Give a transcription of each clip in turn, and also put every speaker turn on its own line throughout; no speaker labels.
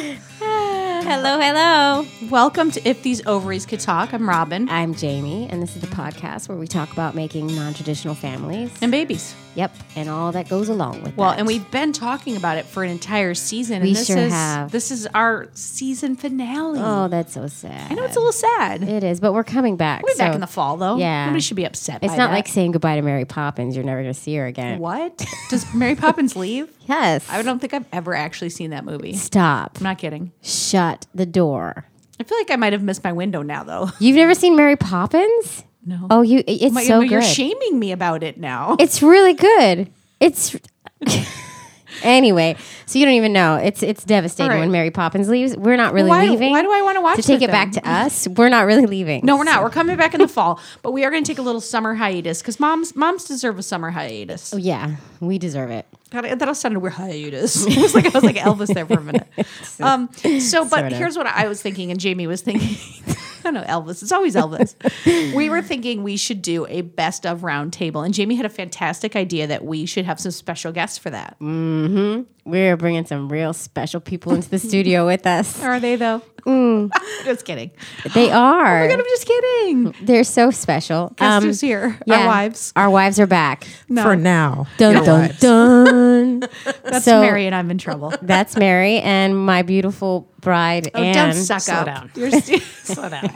hello, hello.
Welcome to If These Ovaries Could Talk. I'm Robin.
I'm Jamie, and this is the podcast where we talk about making non traditional families.
And babies.
Yep, and all that goes along with
Well,
that.
and we've been talking about it for an entire season.
We
and this
sure
is,
have.
This is our season finale.
Oh, that's so sad.
I know it's a little sad.
It is, but we're coming back.
We'll be back
so
in the fall, though.
yeah.
Nobody should be upset.
It's
by
not
that.
like saying goodbye to Mary Poppins. You're never going to see her again.
what? Does Mary Poppins leave?
Yes.
I don't think I've ever actually seen that movie. I'm
Stop.
not kidding.
Shut the door.
I feel like I might have missed my window now, though.
You've never seen Mary Poppins?
No.
Oh, you. It's
My-
so
but
good.
you're shaming me about it now.
It's really good. It's anyway. So you don't even know. It's it's devastating
All right.
when Mary Poppins leaves. We're not really
Why-
leaving.
why do I wanna watch
to take
it
it back
then?
to us? We're not really leaving.
No, we're not. We're coming back in the fall, but we are going to take a little summer hiatus because moms moms deserve a summer hiatus.
Oh, Yeah, we deserve it.
God, that all sounded weird. Hiatus. It was like I was like Elvis there for a minute. Um, so, but
Sort of.
here's what I was thinking, and Jamie was thinking. I don't know Elvis. It's always Elvis. we were thinking we should do a best of round table, and Jamie had a fantastic idea that we should have some special guests for that.
We're bringing some real special people into the studio with us.
Are they though? Mm. just kidding.
They are.
Oh my God, I'm just kidding.
They're so special.
Guess
Um,
who's here? Our
yeah.
wives.
Our wives are back.
No,
for now.
Dun dun dun.
that's
so-
Mary, and I'm in trouble.
That's Mary and my beautiful bride
Oh,
Anne.
don't suck
slow
up.
down.
You're st-
Slow down.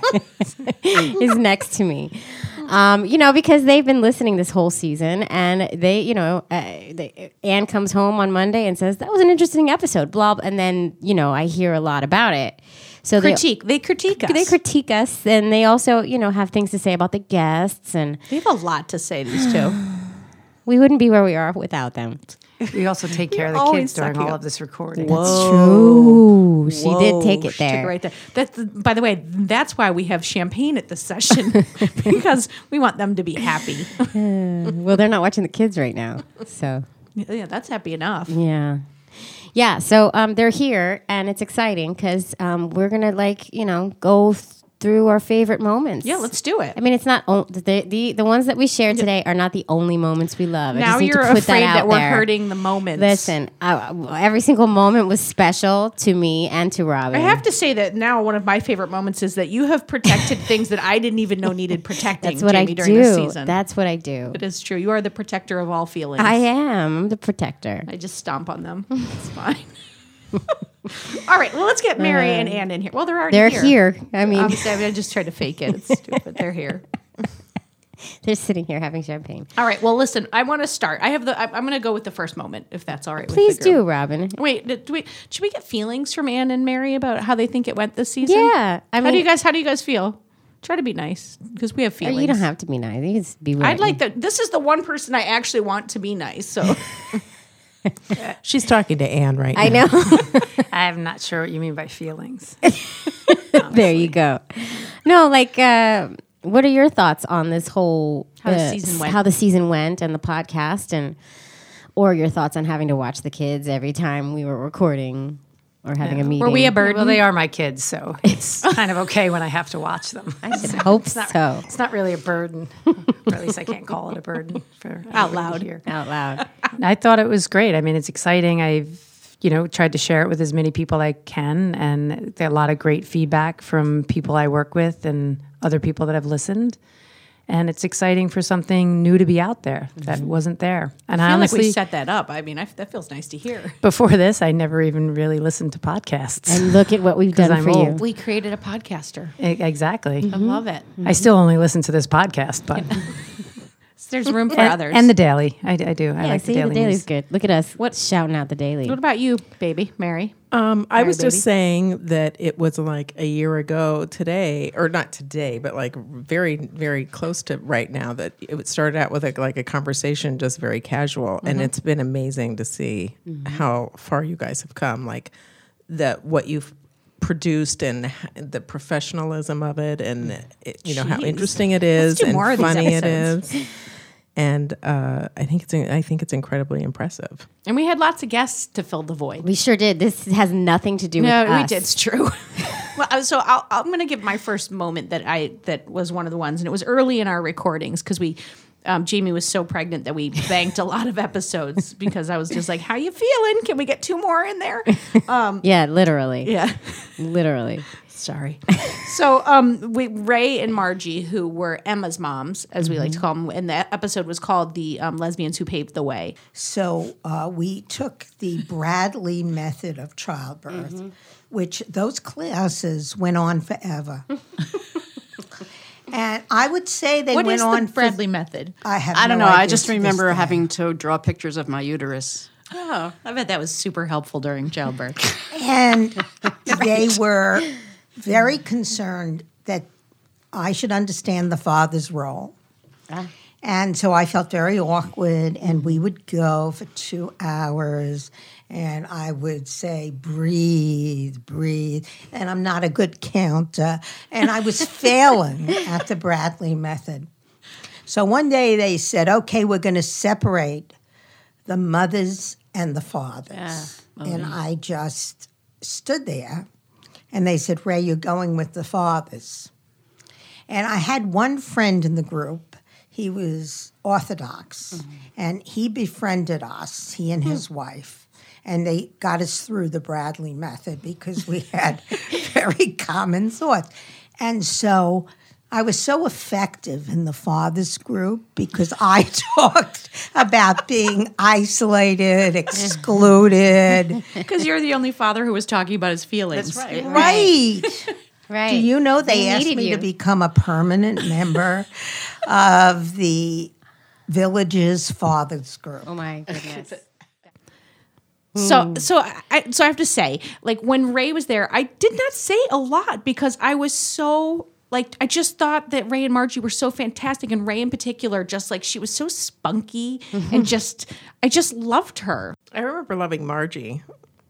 is next to me. Um, you know, because they've been listening this whole season, and they, you know, uh, they, Anne comes home on Monday and says that was an interesting episode, blah, blah, and then you know I hear a lot about it. So they
critique. They critique us.
they critique us, and they also you know have things to say about the guests, and
They have a lot to say, these two.
we wouldn't be where we are without them.
We also take care of the
always
kids during
sucking
all
up.
of this recording.
True, she did take
Whoa,
it
she
there.
Oh, right there. That's by the way, that's why we have champagne at this session because we want them to be happy.
Well, they're not watching the kids right now, so
yeah, that's happy enough.
Yeah. Yeah. So um, they're here and it's exciting because um, we're going to, like, you know, go th- through our favorite moments.
Yeah, let's do it.
I mean, it's not o- the, the the ones that we share today are not the only moments we love. I
now
just need
you're
to put
afraid
out
that, we're
there.
hurting the moment.
Listen, I, every single moment was special to me and to Robin.
I have to say that now one of my favorite moments is that you have protected things that I didn't even know needed protecting.
That's what
Jamie,
I
during this
do.
season.
That's what I do.
it is true. You are the protector of all feelings.
I am. I'm the protector.
I just stomp on them. It's fine. All right, well, let's get Mary and Ann in here. Um, Well, they're already
Uh, They're here. I mean,
Obviously, I, mean, I just tried to fake it. It's stupid. They're here.
they're sitting here having champagne.
All right. Well, listen. I want to start. I have the. I, I'm going to go with the first moment, if that's all right.
Please
with the group.
do, Robin.
Wait. d- Do we, should we get feelings from Anne and Mary about how they think it went this season?
Yeah. I
how
mean, Oh,
do you guys? How do you guys feel? Try to be nice because we have feelings.
you don't have to be nice. You can just be rude.
I'd like that. This is the one person I actually want to be nice. So
She's talking to Anne right
I
now.
know.
I'm not sure what you mean by feelings.
there you go. No, like, uh, what are your thoughts on this whole
How the
uh,
season
s-
went.
how the season went, and the podcast, and or your thoughts on having to watch the kids every time we were recording or having a meeting?
were we a burden?
Well, they are my kids, so it's kind of okay when I have to watch them.
I hope so.
It's not really a burden, or at least I can't call it a burden for out
loud.
here.
Out loud.
I thought it was great. I mean, it's exciting. I've you know tried to share it with as many people I can, and there are a lot of great feedback from people I work with and other people that have listened. And it's exciting for something new to be out there that wasn't there. And
Mm-hmm. I
I,
feel like
honestly,
we set that up. I mean, I, that feels nice to hear.
before this, I never even really listened to podcasts.
And look at what we've done
I'm
for
old.
you.
We created a podcaster.
E- exactly.
I love it.
I still only listen to this podcast, but
There's room for
and,
others.
and the daily. I, I do.
Yeah,
I like
see,
the
the
daily.
daily's
news.
good. Look at us. What's shouting out the daily?
what about you, baby Mary?
Um, I was
baby.
just saying that it was like a year ago today, or not today, but like very, very close to right now. That it started out with like, like a conversation, just very casual,
Mm-hmm.
and it's been amazing to see how far you guys have come. Like the what you've produced and h- the professionalism of it, and it, you know how interesting it is
Mm. do
and
more of these
funny it
episodes.
is. And uh, I think it's I think it's incredibly impressive.
And we had lots of guests to fill the void.
We sure did. This has nothing to do with
No,
us.
we did. It's true. well, I- so I'll, I'm going to give my first moment that I that was one of the ones, and it was early in our recordings because we um, Jamie was so pregnant that we banked a lot of episodes because I was just like, "How you feeling? Can we get two more in there?" Um,
Yeah, literally.
yeah.
Literally.
Sorry. so um, we Ray and Margie, who were Emma's moms, as we like to call them, and the episode was called "The um, Lesbians Who Paved the Way."
So uh, we took the Bradley method of childbirth,
Mm-hmm.
which those classes went on forever. and I would say they
What
went
is
on
the
for-
Bradley method?
I have.
I don't
no
know. I
idea
just
to this
remember
day.
having to draw pictures of my uterus.
Oh, I bet that was super helpful during childbirth.
and they were very concerned that I should understand the father's role. And so I felt very awkward, and we would go for two hours, and I would say, breathe, breathe. And I'm not a good counter. And I was failing at the Bradley method. So one day they said, okay, we're going to separate the mothers and the fathers. and I just stood there and they said, Ray, you're going with the fathers. And I had one friend in the group. He was Orthodox and he befriended us, he and his wife. And they got us through the Bradley method because we had very common thoughts. And so I was so effective in the fathers group because I talked about being isolated, excluded.
Because you're the only father who was talking about his feelings. That's right.
Right.
Right.
Do you know they,
They
asked
needed
me
you.
to become a permanent member of the Villages Fathers Group?
Oh my goodness.
So,
Mm.
so I, so I have to say, like when Ray was there, I did not say a lot because I was so like I just thought that Ray and Margie were so fantastic, and Ray in particular, just like she was so spunky and just I just loved her.
I remember loving Margie.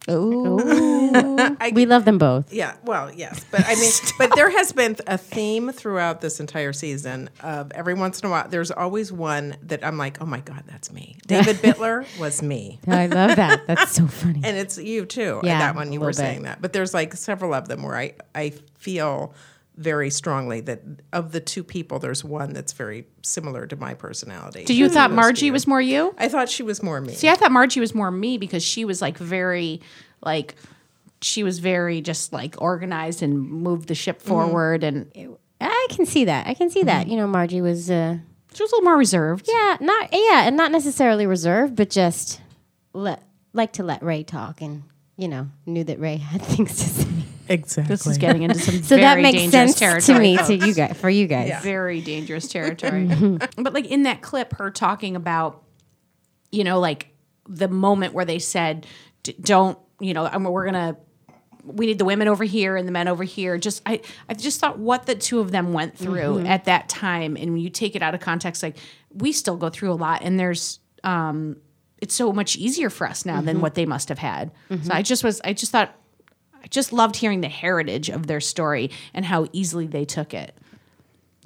we love them both.
Yeah, well, yes, but I mean, but there has been a theme throughout this entire season of every once in a while. There's always one that I'm like, oh my god, that's me. David Bitler was me,
I love that. That's so funny.
and it's you too.
Yeah,
that one
a
you
little
were
bit.
saying that, but there's like several of them where I I feel very strongly that of the two people, there's one that's very similar to my personality.
Did you thought Margie was more you?
I thought she was more me.
See, I thought Margie was more me because she was like very, like, she was very just like organized and moved the
Mm-hmm.
ship forward, and
I can see that. I can see that. You know, Margie was uh
she was a little more reserved.
Mm-hmm. yeah, not yeah, and not necessarily reserved, but just let like to let Ray talk and you know, knew that Ray had things to say.
exactly.
This is getting into some
So
very
that makes
dangerous
sense
territory.
to me
folks.
to you guys for you guys.
Very dangerous territory. but like in that clip, her talking about, you know, like the moment where they said, D- "Don't," you know, I mean, we're gonna. We need the women over here and the men over here. Just I, I just thought what the two of them went through at that time, and when you take it out of context, like we still go through a lot, and there's, um, it's so much easier for us now than what they must have had. So I just was, I just thought, I just loved hearing the heritage of their story and how easily they took it.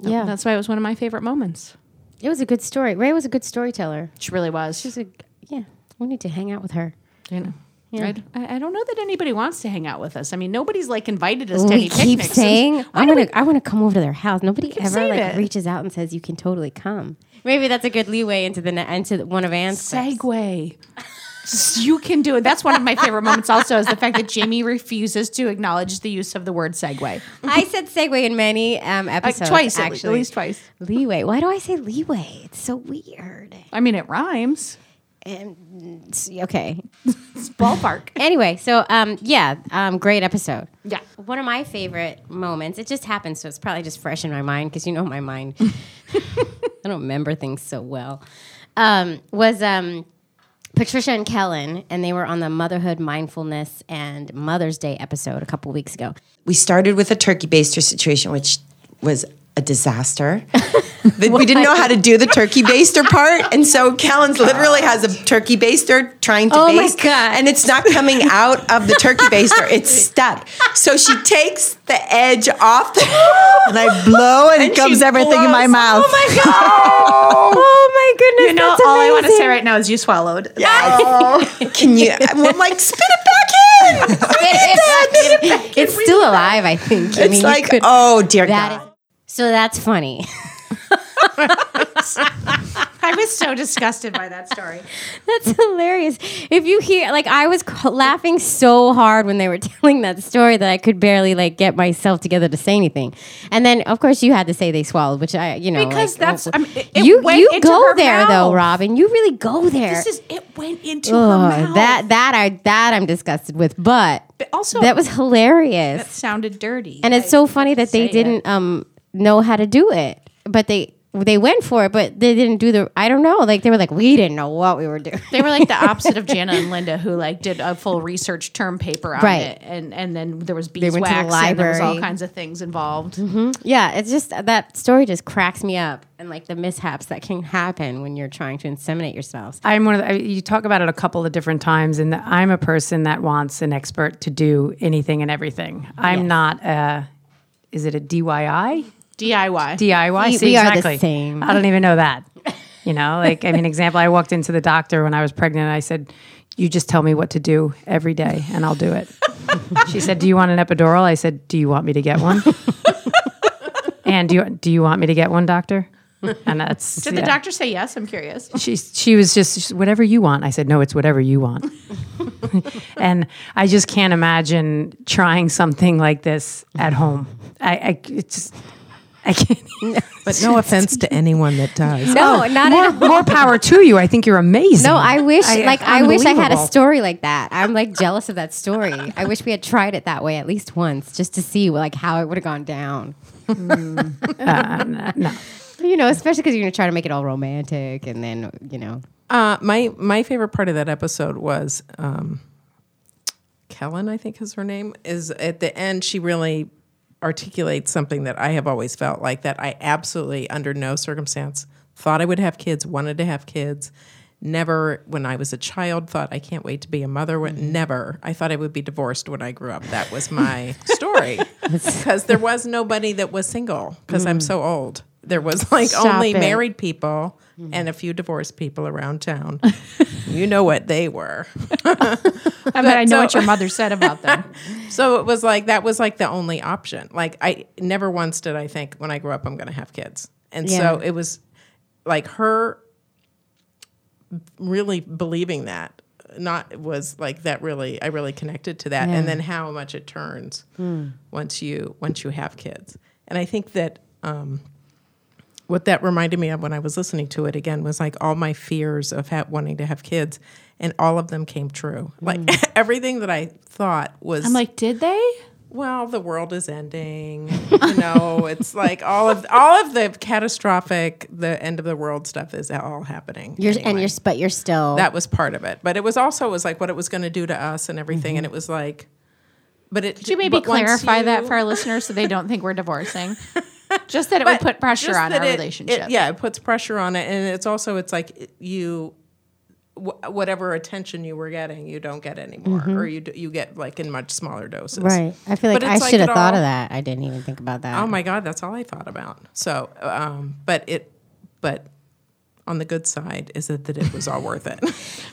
Yeah.
That's why it was one of my favorite moments.
It was a good story. Ray was a good storyteller.
She really was.
She's a yeah. We need to hang out with her.
you know. I'd- I, I don't know that anybody wants to hang out with us. I mean, nobody's like invited us to
we
any
keep
picnics.
saying I'm gonna I want to come over to their house. Nobody ever
saying
like
it.
reaches out and says you can totally come. Maybe that's a good leeway into the ne- into the- one of Anne's. clips.
segue. you can do it. That's one of my favorite moments. Also, is the fact that Jamie refuses to acknowledge the use of the word segue
I said segue in many um,
Uh,
episodes.
twice, at le-
actually.
at least twice.
Leeway. Why do I say leeway? It's so weird.
I mean, it rhymes.
And it's- okay.
It's ballpark.
Anyway, so um, yeah, um, great episode.
Yeah.
One of my favorite moments. It just happened, so it's probably just fresh in my mind because you know my mind. I don't remember things so well. Um, was um, Patricia and Kellen, and they were on the motherhood, mindfulness, and Mother's Day episode a couple weeks ago.
we started with a turkey baster situation, which was a disaster. But we didn't know how to do the turkey baster part, and so Callen's literally has a turkey baster trying to
Oh my
baste,
God.
and it's not coming out of the turkey baster; it's stuck. So she takes the edge off, the, and I blow, and, it comes everything in my mouth. Oh my
Oh my goodness!
You know, all I want to say right now is you swallowed. Yeah.
god! Can you? I'm like, spit it back in.
it's still alive, I think. I
It's
mean, you
like,
could-
oh dear
that
god.
is- so that's funny.
I was so disgusted by that story.
That's hilarious. If you hear, like, I was c- laughing so hard when they were telling that story that I could barely like get myself together to say anything. And then, of course, you had to say they swallowed, which I, you know,
Because
like,
that's-
w-
I mean, it- it
you
went
you
into
go
her
there though,
mouth.
Robin. You really go there.
This is it went into her
Ugh,
mouth.
that that I that I'm disgusted with, but,
But also-
that was hilarious.
sounded dirty.
And it's so funny that
say
they
it.
didn't um, know how to do it, but they they went for it, but they didn't do the. I don't know. Like they were like, we didn't know what we were doing.
they were like the opposite of Jana and Linda, who like did a full research term paper on
Right.
it, and and then there was
went to the
beeswax, and there was all
library.
kinds of things involved.
yeah, it's just uh, that story just cracks me up, and like the mishaps that can happen when you're trying to inseminate yourselves.
I'm one of the, I- you talk about it a couple of different times, and that I'm a person that wants an expert to do anything and everything. I'm not a, is it a DIY?
DIY.
DIY.
We-
See,
we are the
exactly.
same.
I don't even know that. You know, like I mean, example. I walked into the doctor when I was pregnant. and I said, "You just tell me what to do every day, and I'll do it." she said, "Do you want an epidural?" I said, "Do you want me to get one?" and do you do you want me to get one, doctor? And that's
did the
yeah.
doctor say yes? I'm curious.
She she was just she's, whatever you want. I said no, it's whatever you want. and I just can't imagine trying something like this at home. I, I it's just I can't.
But no offense to anyone that does.
No, not at all.
More power to you. I think you're amazing.
Oh, No, I wish
I-
like I wish I had a
unbelievable.
story like that. I'm like jealous of that story. I wish we had tried it that way at least once, just to see like how it would have gone down.
Uh,
no, you know, especially because you're gonna try to make it all romantic, and then you know,
Uh, my my favorite part of that episode was um, Kellen, I think is her name. Is at the end she really articulates something that I have always felt like that I absolutely under no circumstance thought I would have kids, wanted to have kids. Never, when I was a child, thought I can't wait to be a mother. When,
Mm-hmm.
Never, I thought I would be divorced when I grew up. That was my story because there was nobody that was single because I'm so old. There was like
Mm. Stop
only
it.
married married people and a few divorced people around town. you know what they were.
I mean, I know
so-
what your mother said about them.
So it was like that was like the only option. Like I never once did I think when I grow up I'm going to have kids. And so
Yeah.
it was like her really believing that not was like that really I really connected to that and then how much it turns
Hmm.
once you once you have kids. And I think that um what that reminded me of when I was listening to it again was like all my fears of ha- wanting to have kids, and all of them came true. Like everything that I thought was
Hmm. I'm like, did they?
well, the world is ending. You know, it's like all of all of the catastrophic, the end of the world stuff is all happening.
you're
anyway.
and you're but you're still
that was part of it, but it was also was like what it was going to do to us and everything, and it was like, but it.
Could you maybe clarify that for our listeners so they don't think we're divorcing? Just that it would put pressure on our relationship.
yeah, it puts pressure on it, and it's also it's like it- you. wh- Whatever attention you were getting, you don't get anymore, or you d- you get like in much smaller doses.
right. I feel like
But
I
it's like
should have
it
thought of
all-
that. I didn't even think about that.
Oh my God, that's all I thought about. So, um, but it, but on the good side is it that it was all worth it.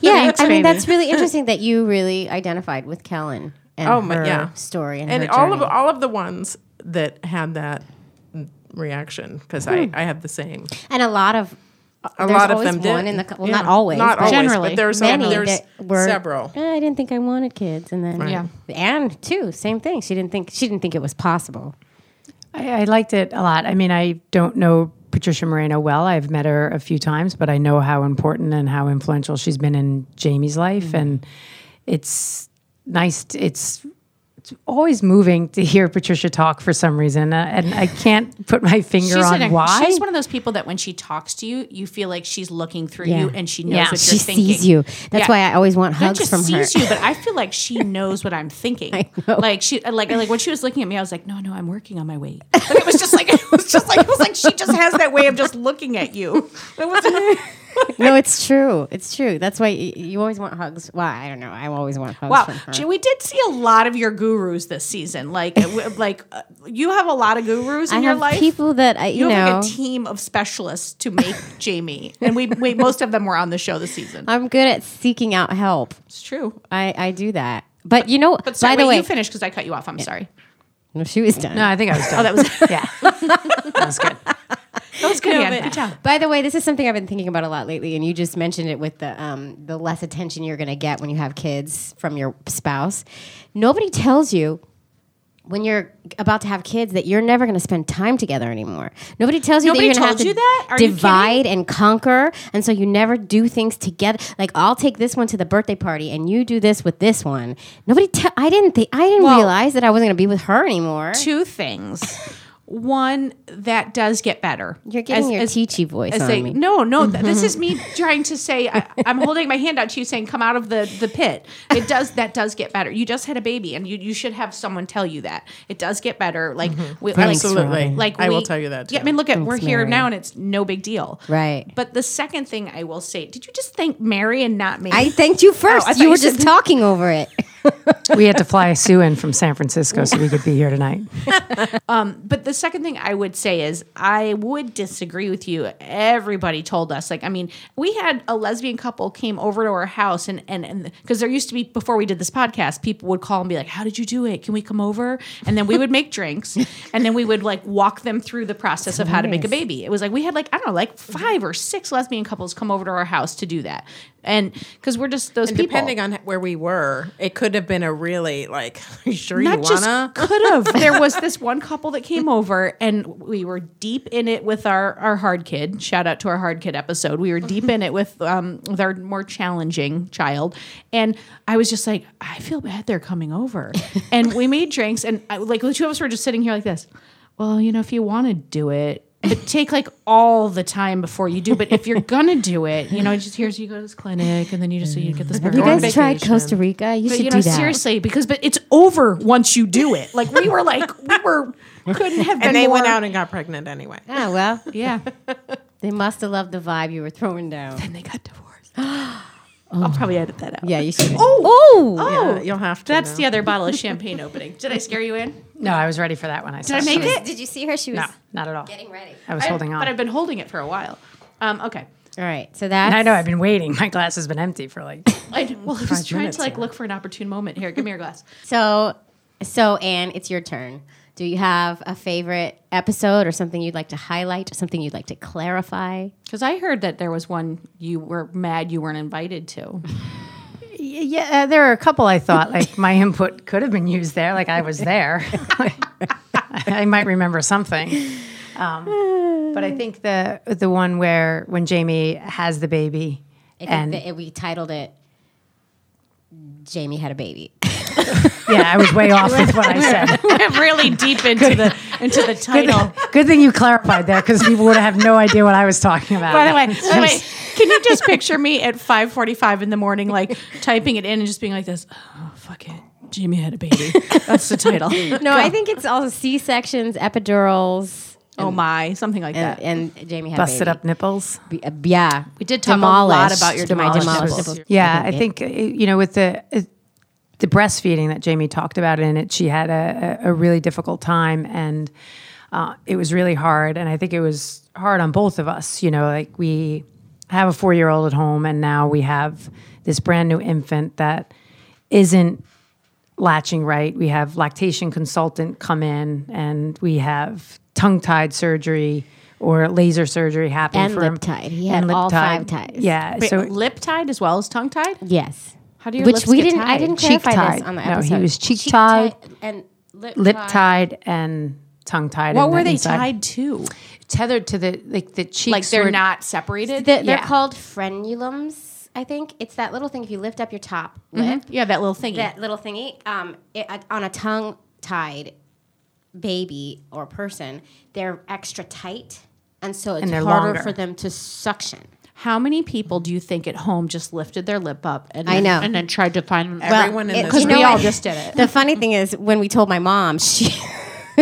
yeah,
Thanks,
I mean
baby.
that's really interesting that you really identified with Kellen and
Oh my-
her
yeah.
story and,
and
her
all of
journey.
all of the ones that had that reaction because I I had the same.
and a lot of
A
there's
lot of
always
them
one
did.
in the co- well,
Yeah.
not always,
not
but
always,
generally.
but there's
many
there's
that were
several.
"Eh, I didn't think I wanted kids, and then
Yeah.
and two same thing. She didn't think she didn't think it was possible.
I, I liked it a lot. I mean, I don't know Patricia Moreno well. I've met her a few times, but I know how important and how influential she's been in Jamie's life,
Mm-hmm.
and it's nice. t- it's it's always moving to hear Patricia talk for some reason, uh, and I can't put my finger on
an-
why.
she's one of those people that when she talks to you, you feel like she's looking through
Yeah.
you and she knows
Yeah.
what
She
you're thinking.
sees you.
Yeah.
That's why I always want
Not
hugs
just
from
sees
her.
you, but I feel like she knows what I'm thinking. Like she, like, like when she was looking at me, I was like, no, no, I'm working on my weight. Like it was just like it was just like it was like she just has that way of just looking at you. It was
no, it's true. It's true. That's why y- you always want hugs. Why I don't know. I always want hugs
wow.
from her.
Gee, we did see a lot of your gurus this season. Like, w- like uh, you have a lot of gurus in
I
your
have
life.
people that I, you,
you have
know.
like a team of specialists to make Jamie, and we, we most of them were on the show this season.
I'm good at seeking out help.
It's true.
I, I do that. But, you know,
But
by
sorry,
the
wait,
way,
you finished because I cut you off. I'm sorry.
no, she was done.
no, I think I was done.
Oh, that was
yeah, that was good.
That was good.
No,
Ann.
but-
Good job.
By the way, this is something I've been thinking about a lot lately, and you just mentioned it with the um, the less attention you're going to get when you have kids from your spouse. Nobody tells you when you're about to have kids that you're never going to spend time together anymore. Nobody tells you
Nobody
that you're going
told
to
you
have
that?
to
Are you
divide and conquer, and so you never do things together. Like I'll take this one to the birthday party, and you do this with this one. Nobody. Te- I didn't. Th- I didn't
Well-
realize that I wasn't going to be with her anymore.
two things. One that does get better.
You're getting your teachy voice on
they-
me. Mm-hmm.
No, no, th- this is me trying to say I, I'm holding my hand out to you, saying, "Come out of the the pit." It does that does get better. You just had a baby, and you you should have someone tell you that it does get better. Like we, like-
Absolutely.
like
I will
we-
tell you that,
Yeah, I
too.
mean, look at we're here
Mm-hmm. Mary.
now, and it's no big deal,
Right.
But the second thing I will say, did you just thank Mary and not me?
I thanked you first.
Oh, I thought
you
you
were
said-
just talking over it.
we had to fly Sue in from San Francisco so we could be here tonight.
But the second thing I would say is I would disagree with you. Everybody told us like I mean, we had a lesbian couple came over to our house and and and because there used to be before we did this podcast, people would call and be like, "How did you do it? Can we come over?" And then we would make drinks and then we would like walk them through the process of how to make a baby. It was like we had like I don't know, like five or six lesbian couples come over to our house to do that. And cuz we're just those
And
people
depending on where we were, it could have been a really like, are you sure you
not
wanna?
just could have. there was this one couple that came over, and we were deep in it with our our hard kid. Shout out to our hard kid episode. We were deep in it with um with our more challenging child, and I was just like, I feel bad they're coming over, and we made drinks, and I, like the two of us were just sitting here like this. Well, you know, if you want to do it. But take like all the time before you do. But if you're gonna do it, you know, just here's you go to this clinic, and then you just you get this.
You
burger.
guys tried Costa Rica. You
But
should
you know,
do that.
seriously, because but it's over once you do it. Like we were like we were couldn't have been
and they
more,
went out and got pregnant anyway.
Ah, well,
yeah.
they must have loved the vibe you were throwing down.
And they got divorced. I'll probably edit that out.
Yeah, you should.
Oh, oh,
Yeah, you'll have to.
That's
now.
the other bottle of champagne opening. Did I scare you in?
No, I was ready for that when I saw
I
it.
make it?
Did you see her? She was
No, not at all.
getting ready.
I was holding on.
But I've been holding it for a while. Um, okay.
All right, so that's.
And I know I've been waiting. My glass has been empty for like
I, well, I was trying
minutes
to like look for an opportune moment here. Give me your glass.
So, so Anne, it's your turn. Do you have a favorite episode or something you'd like to highlight? Something you'd like to clarify?
Because I heard that there was one you were mad you weren't invited to.
yeah. Uh, there are a couple I thought like my input could have been used there. Like I was there. I might remember something. Um, but I think the the one where when Jamie has the baby
I think
and
that we titled it "Jamie Had a Baby."
yeah, I was way off with what I said.
really deep into the into the title.
Good thing you clarified that because people would have no idea what I was talking about.
By the way, by the way, can you just picture me at 5:45 in the morning, like typing it in and just being like this? Oh, fuck it, Jamie had a baby. That's the title.
No, I think it's all C sections, epidurals,
oh my, something like
and,
that.
and Jamie had a
busted
baby.
up nipples.
B- uh, yeah, we
did talk a lot about your demolished
demolished
nipples.
nipples.
Yeah, I think, uh you know with the uh, the breastfeeding that Jamie talked about in it, she had a, a a really difficult time, and uh, it was really hard. And I think it was hard on both of us. You know, like we have a four year old at home, and now we have this brand new infant that isn't latching right. We have lactation consultant come in, and we have tongue tied surgery. Or laser surgery happening
And
for him.
lip tied. He had
And lip
all five
tied.
ties.
Yeah,
Wait,
so
lip tied as well as tongue tied.
Yes.
How do your
Which
lips
we
get
didn't. I
tied?
didn't
Cheek
clarify this
tied.
on the
No,
episode.
he was cheek tied.
and lip,
lip tied and tongue tied.
What
in
were
the
they
inside.
tied to?
Tethered to the like the cheeks.
Like they're
were-
not separated.
The- they're
Yeah.
called frenulums. I think it's that little thing. If you lift up your top
Mm-hmm.
lip,
yeah, that little thingy.
that little thingy um, it, on a tongue tied baby or person, they're extra tight, and so it's
And they're
harder
longer.
for them to suction.
How many people do you think at home just lifted their lip up and
I
then-
know.
and then tried to find
Everyone in
it-
this
you
because
know
we
what?
all just did it.
The funny thing is, when we told my mom, she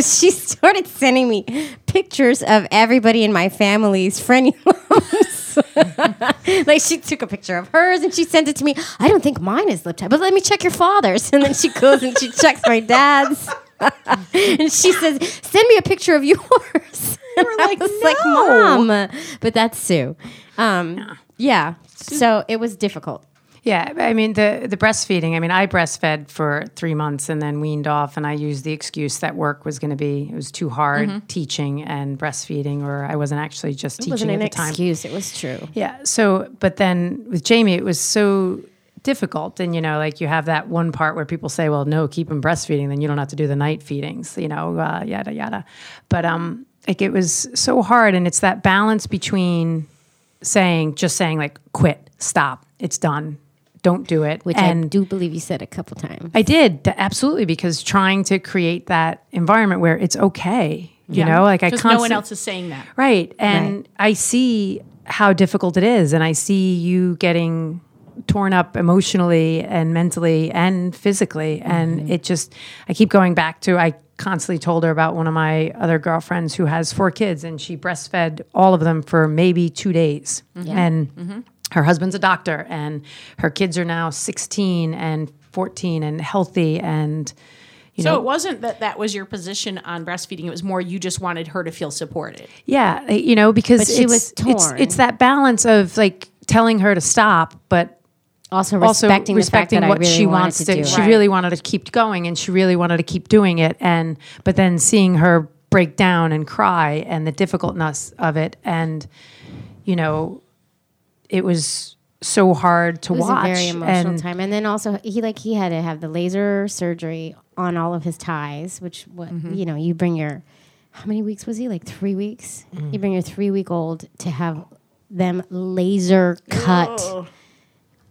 she started sending me pictures of everybody in my family's frenulums. like she took a picture of hers and she sent it to me. I don't think mine is lip tied, but let me check your father's. And then she goes and she checks my dad's. and she says, "Send me a picture of yours." And I was like, "Mom," but that's Sue. Um, yeah. So it was difficult.
Yeah, I mean the the breastfeeding. I mean, I breastfed for three months and then weaned off, and I used the excuse that work was going to be it was too hard
Mm-hmm.
teaching and breastfeeding, or I wasn't actually just
It wasn't
teaching
an
at the time.
excuse. It was true.
Yeah. So, but then with Jamie, it was so difficult. And, you know, like you have that one part where people say, well, no, keep him breastfeeding, then you don't have to do the night feedings, you know, uh, yada, yada. But, um, like it was so hard. And it's that balance between saying, just saying, like, quit, stop, it's done, don't do it.
Which
and
I do believe you said a couple times.
I did th- absolutely because trying to create that environment where it's okay, you know, like I
Because
constant-
no one else is saying that.
Right. And I see how difficult it is. And I see you getting torn up emotionally and mentally and physically. And it just, I keep going back to, I constantly told her about one of my other girlfriends who has four kids and she breastfed all of them for maybe two days. And her husband's a doctor and her kids are now 16 and 14 and healthy and, you
So
know,
it wasn't that that was your position on breastfeeding. It was more you just wanted her to feel supported.
Yeah, uh, you know, because
But she
it's,
was
it's
torn.
it's that balance of like telling her to stop, but
Also
also
respecting,
respecting,
the fact that
what
I really
she
wanted
wants to.
to, do.
She
it.
really wanted to keep going, and she really wanted to keep doing it. And but then seeing her break down and cry, and the difficultness of it, and you know, it was so hard to
It was
watch.
a very emotional
and
time, and then also he like he had to have the laser surgery on all of his ties, which what
Mm-hmm.
you know you bring your how many weeks was he like three weeks? You bring your three week old to have them laser cut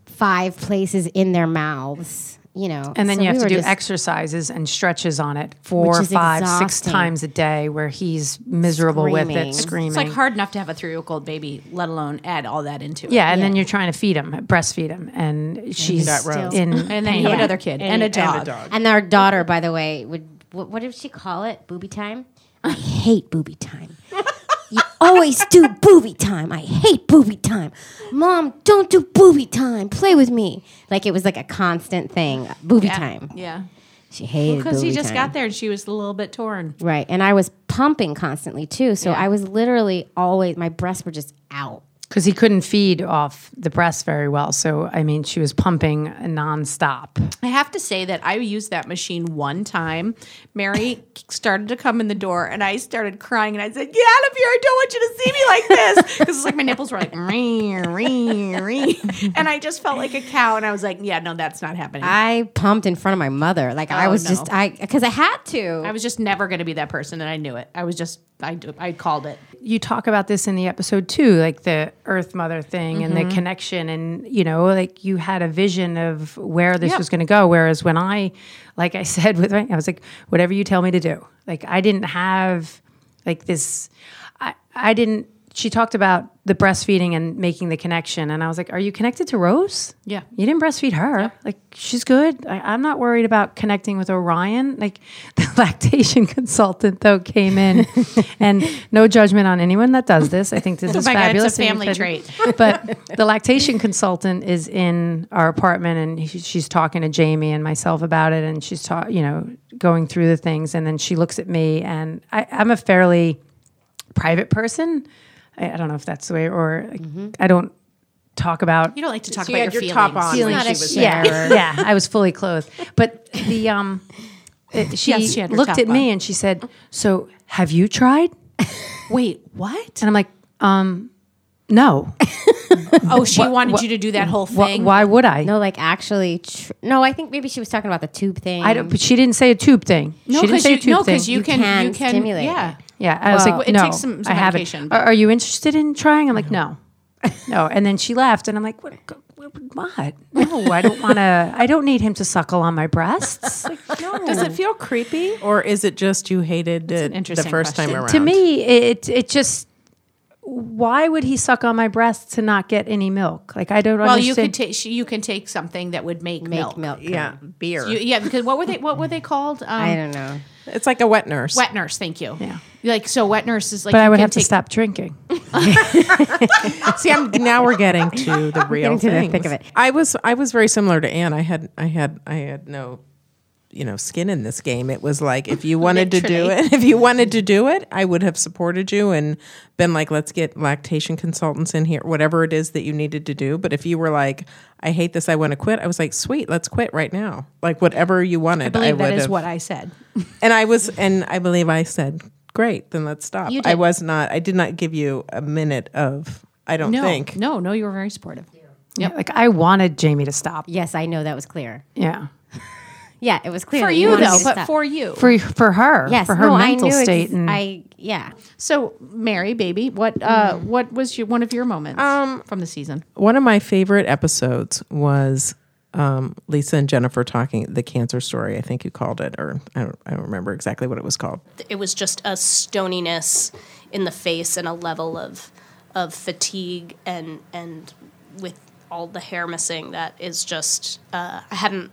five places in their mouths, you know,
And then
So
you have
we
to
were
do
just-
exercises and stretches on it four,
is
five, six
exhausting.
times a day, where he's miserable with
Screaming.
it,
It's like
screaming.
It's like hard enough to have a three year old baby, let alone add all that into it.
Yeah, and then you're trying to feed him, breastfeed him, and she's
got rows.
in.
And then you have another kid and, a dog.
And our daughter, by the way, would what, what did she call it? Booby time. I hate booby time. You always do booby time. I hate booby time. Mom, don't do booby time. Play with me. Like it was like a constant thing. Booby time.
Yeah.
She hated
Because
booby
he just
time.
got there and she was a little bit torn.
right, and I was pumping constantly too. So I was literally always my breasts were just out.
because he couldn't feed off the breast very well. So I mean, she was pumping nonstop.
I have to say that I used that machine one time. Mary started to come in the door, and I started crying, and I said, "Get out of here! I don't want you to see me like this." Because it's like my nipples were like, "Ree, ree, ree," and I just felt like a cow, and I was like, "Yeah, no, that's not happening." I,
I pumped in front of my mother. Like I
Oh,
was
no.
just I because I had to.
was just never going to be that person, and I knew it. I was just, I, I called it.
You talk about this in the episode too, like the Earth Mother thing and the connection, and you know, like you had a vision of where this was going to go. Whereas when I, like I said, with my, I was like, whatever you tell me to do. Like I didn't have like this. I I didn't. She talked about the breastfeeding and making the connection, and I was like, "Are you connected to Rose?
Yeah.
you didn't breastfeed her. Like she's good. I, I'm not worried about connecting with Orion. Like the lactation consultant though came in, and no judgment on anyone that does this. I think this is
Oh my God, it's a
fabulous. and you
family
could-
trait.
but the lactation consultant is in our apartment and she, she's talking to Jamie and myself about it. And she's talk, you know, going through the things. And then she looks at me and I, I'm a fairly private person. I, I don't know if that's the way, or like, I don't talk about
Mm-hmm. You don't like to talk
So you
about
had
your,
your
feelings.
top on.
Feeling not
when she
a
was
share.
yeah, yeah, I was fully clothed. But the um, it- she,
Yes, she had her
looked
top
at me
on.
and she said, "So have you tried?"
Wait, what?
And I'm like, um, "No.
Oh, she wanted you to do that whole
Wh-
thing.
why would I?
no, like actually, tr- no. I think maybe she was talking about the tube thing.
I don't." But she didn't say a tube thing.
No,
she didn't
because
say a
you,
tube
no,
thing.
'cause you can,
can
you can,
stimulate
Yeah.
yeah, I was
Well,
like,
it
"No,
takes some- some
I haven't."
medication,
Are,
but-
are you interested in trying? I'm like, "No." No, and then she left, and I'm like, "What? what- What? No, I don't want to. I don't need him to suckle on my breasts. Like, no.
Does it feel creepy, or is it just you hated it the
interesting
first time
question.
around?
to me it it just why would he suck on my breast to not get any milk like i don't
Well, you could
understand
take you can take something that would make,
make milk.
yeah, beer.
You- yeah, because what were they? What were they called? Um,
I don't know.
it's like a wet nurse.
Wet nurse, thank you. Yeah. Like so, wet nurse is like.
but
you
i would
can
have to
take-
stop drinking
See, I'm, now we're getting to the real
getting to the
things.
thick of it.
I was I was very similar to Anne. I had I had I had no you know skin in this game. It was like if you wanted to do it, if you wanted to do it, I would have supported you and been like, let's get lactation consultants in here, whatever it is that you needed to do. But if you were like, I hate this, I want to quit, I was like, sweet, let's quit right now. Like whatever you wanted, I
believe that is
would've-
what I said.
and I was, and I believe I said, great, then let's stop.
You
I
did.
was not. I did not give you a minute of. I don't
No,
think.
no, no, you were very supportive.
Like I wanted Jamie to stop.
Yes, I know that was clear.
Yeah.
Yeah, it was clear
For
that
you
wanted
though,
to
but
stop.
for you.
For for her.
yes,
For her
no,
mental
I knew ex-
state and
I yeah.
so, Mary, baby, what uh, what was your one of your moments from the season?
one of my favorite episodes was um, Lisa and Jennifer talking the cancer story. I think you called it, or I don't, I don't remember exactly what it was called.
it was just a stoniness in the face and a level of of fatigue and and with all the hair missing that is just uh, I hadn't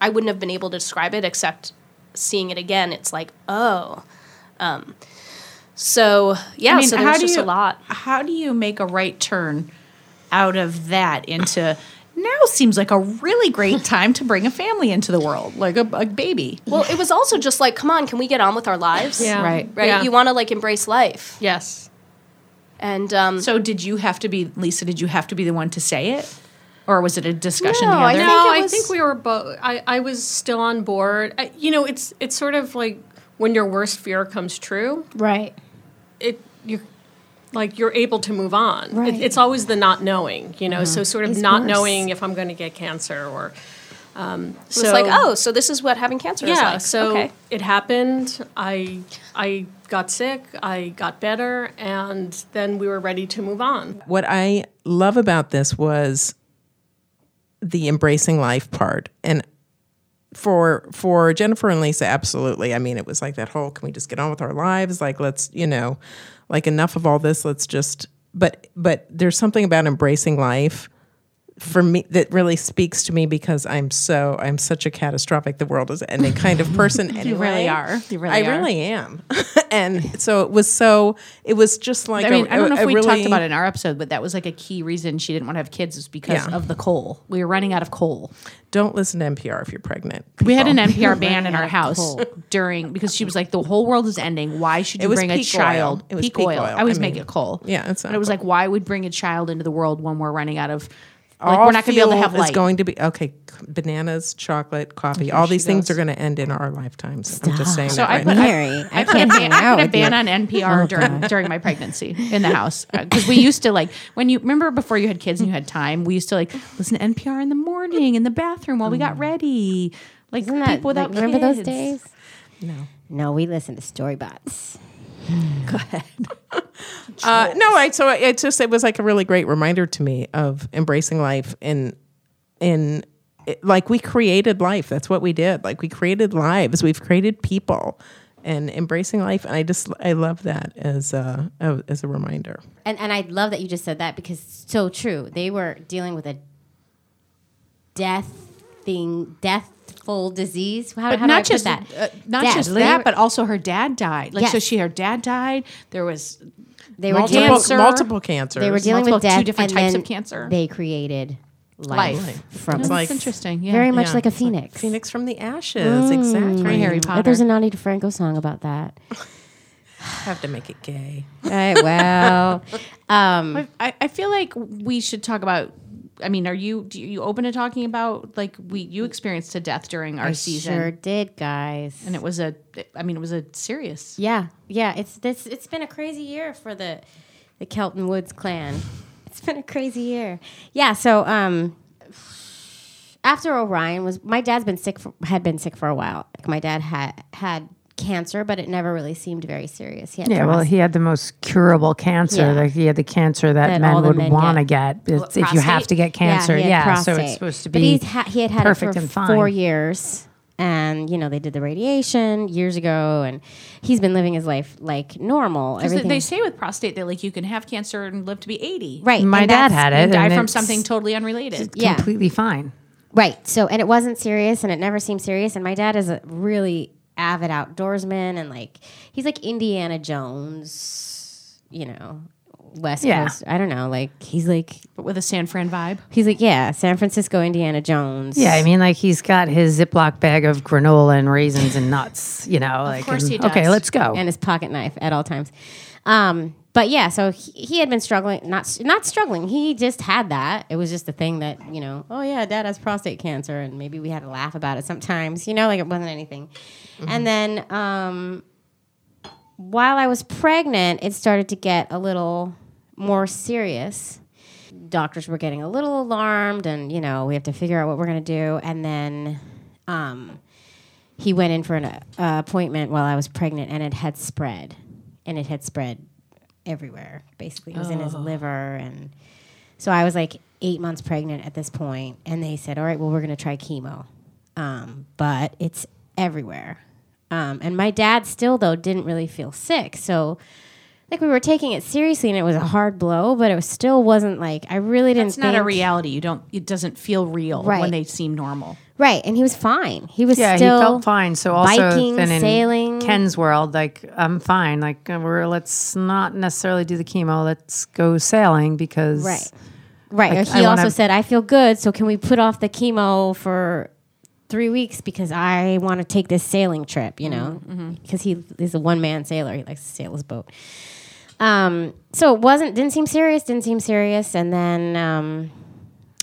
I wouldn't have been able to describe it except seeing it again. It's like oh, um, so yeah.
I mean,
so
how
there's
do
just
you,
a lot.
How do you make a right turn out of that into now seems like a really great time to bring a family into the world, like a, a baby.
Well, it was also just like, come on, can we get on with our lives?
Yeah. Right.
Right.
Yeah.
You want to like embrace life,
Yes.
and um,
So did you have to be Lisa? Did you have to be the one to say it, or was it a discussion
No, I
together?
think,
No,
I
it was-
think we were both. I, I was still on board. I, you know, it's it's sort of like when your worst fear comes true.
right.
It you like you're able to move on. It-
Right.
it's always the not knowing. You know,
Mm-hmm.
so sort of
It's
not
worse.
knowing if I'm going to get cancer or. Um,
it was like, oh, so this is what having cancer is
yeah.
like.
so
okay.
it happened. I I got sick. I got better, and then we were ready to move on.
What I love about this was the embracing life part, and for for Jennifer and Lisa, absolutely. I mean, it was like that whole can we just get on with our lives? Like let's, you know, like enough of all this, let's just but but there's something about embracing life for me that really speaks to me because I'm so I'm such a catastrophic the world is ending kind of person anyway.
really are. You really
I
are.
really am. and so it was so it was just like
I mean,
I
I don't know if we
really,
talked about it in our episode, but that was like a key reason she didn't want to have kids was because
Yeah.
of the coal. We were running out of coal.
Don't listen to NPR if you're pregnant.
We had an
people.
NPR ban in our house during because she was like, the whole world is ending. Why should
It
you
was
bring a
peak
child?
oil. It was peak oil.
I always
I
make
mean,
it coal.
yeah, it's
and
not
it was like, why would bring a child into the world when we're running out of? Like
All
we're not going to be able to
fuel
have light.
Is going to be okay. c- Bananas, chocolate, coffee. all these things are going to end in our lifetimes. I'm just saying.
so
that
I
right
put,
now.
Mary, I,
I put a
can't hang
ban, I
out
put a
with you.
ban on
Oh,
NPR during during my pregnancy in the house because we used to like when you remember before you had kids and you had time, we used to like listen to NPR in the morning in the bathroom while we
Mm.
got ready. Like
Isn't that,
people without
like, remember those
kids.
days? No, no, we listened to Storybots.
Uh, no, I so it just it was like a really great reminder to me of embracing life in in it, like we created life. That's what we did. Like we created lives. We've created people and embracing life. And I just I love that as a as a reminder.
And and I love that you just said that because it's so true. They were dealing with a death thing, deathful disease. How,
But
how do I
not
put
just
that?
uh, not
Death.
just
They
that,
were-
but also her dad died. Like so,
Yes.
she her dad died. There was
they were
multiple
dealing,
cancer.
multiple cancers.
they were dealing
multiple-
with death,
two different
and
types
then
of cancer.
They created life,
Life.
from
It's
it.
like-
That's interesting. Yeah,
very much like a
it's like
phoenix.
Phoenix from the ashes. Exactly.
Very Mm. Harry
But
Potter.
There's an Ani DeFranco song about that.
Have to make it gay.
All right, well, um,
I, I feel like we should talk about. I mean, are you do you open to talking about like we you experienced a death during our season?
sure did, guys.
and it was a i mean it was a serious
Yeah, yeah. It's this. It's been a crazy year for the the Kelton Woods clan. It's been a crazy year. Yeah. So um, after Orion was, my dad's been sick. For, had been sick for a while. Like my dad had had cancer, but it never really seemed very serious. He had
yeah, well, he had the most curable cancer.
Yeah.
Like he had the cancer that,
That all
men
the
would
men
want to
get.
get. It's, if you have to get cancer,
he had
yeah. So
prostate.
it's supposed to
But
be
he's ha- he had had
perfect
it for
and fine.
four years, and you know they did the radiation years ago, and he's been living his life like normal.
because
Everything.
they say with prostate that like you can have cancer and live to be 80
right.
My
and
dad
that's-
had it.
and die
and
from
it's
something totally unrelated
Yeah.
completely fine.
Right. So, and it wasn't serious and it never seemed serious. And my dad is a really avid outdoorsman and like, he's like Indiana Jones, you know, West
Yeah.
Coast. I don't know. Like he's like
but with a San Fran vibe.
he's like yeah, San Francisco, Indiana Jones.
Yeah, I mean, like he's got his Ziploc bag of granola and raisins and nuts. You know, like
course
and,
he does.
okay, let's go.
and his pocket knife at all times. Um, but yeah, so he, he had been struggling, not not struggling. He just had that. It was just a thing that you know. Oh yeah, dad has prostate cancer, and maybe we had to laugh about it sometimes. You know, like it wasn't anything. And then um, while I was pregnant, it started to get a little more serious. Doctors were getting a little alarmed, and you know, we have to figure out what we're gonna do. And then. Um, he went in for an uh, appointment while I was pregnant, and it had spread, and it had spread everywhere. Basically, it was in
Oh.
his liver, and so I was like eight months pregnant at this point, and they said, "All right, well, we're going to try chemo, um, but it's everywhere." Um, and my dad still though didn't really feel sick, so like we were taking it seriously, and it was a hard blow, but it was still wasn't like I really didn't.
It's not a
think-
reality. You don't. It doesn't feel real
Right.
when they seem normal.
right? And he was fine. He was
yeah,
still
he felt fine. So also
biking,
then in
sailing.
Ken's world, like I'm fine. Like uh, we're let's not necessarily do the chemo. Let's go sailing because
Right. Right.
Like,
he
I
also
wanna-
said, I feel good, so can we put off the chemo for three weeks because I want to take this sailing trip, you know?
Mm-hmm,
Because he is a one man sailor. He likes to sail his boat. Um, so it wasn't, didn't seem serious, didn't seem serious. And then um,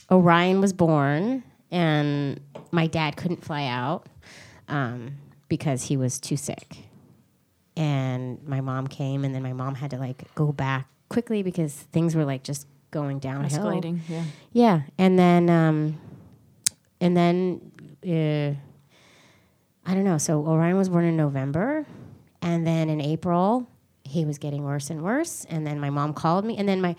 Orion was born, and my dad couldn't fly out um, because he was too sick and my mom came and then my mom had to like go back quickly because things were like just going downhill
Escalating, yeah.
yeah and then um and then uh, i don't know so orion was born in november and then in april he was getting worse and worse and then my mom called me and then my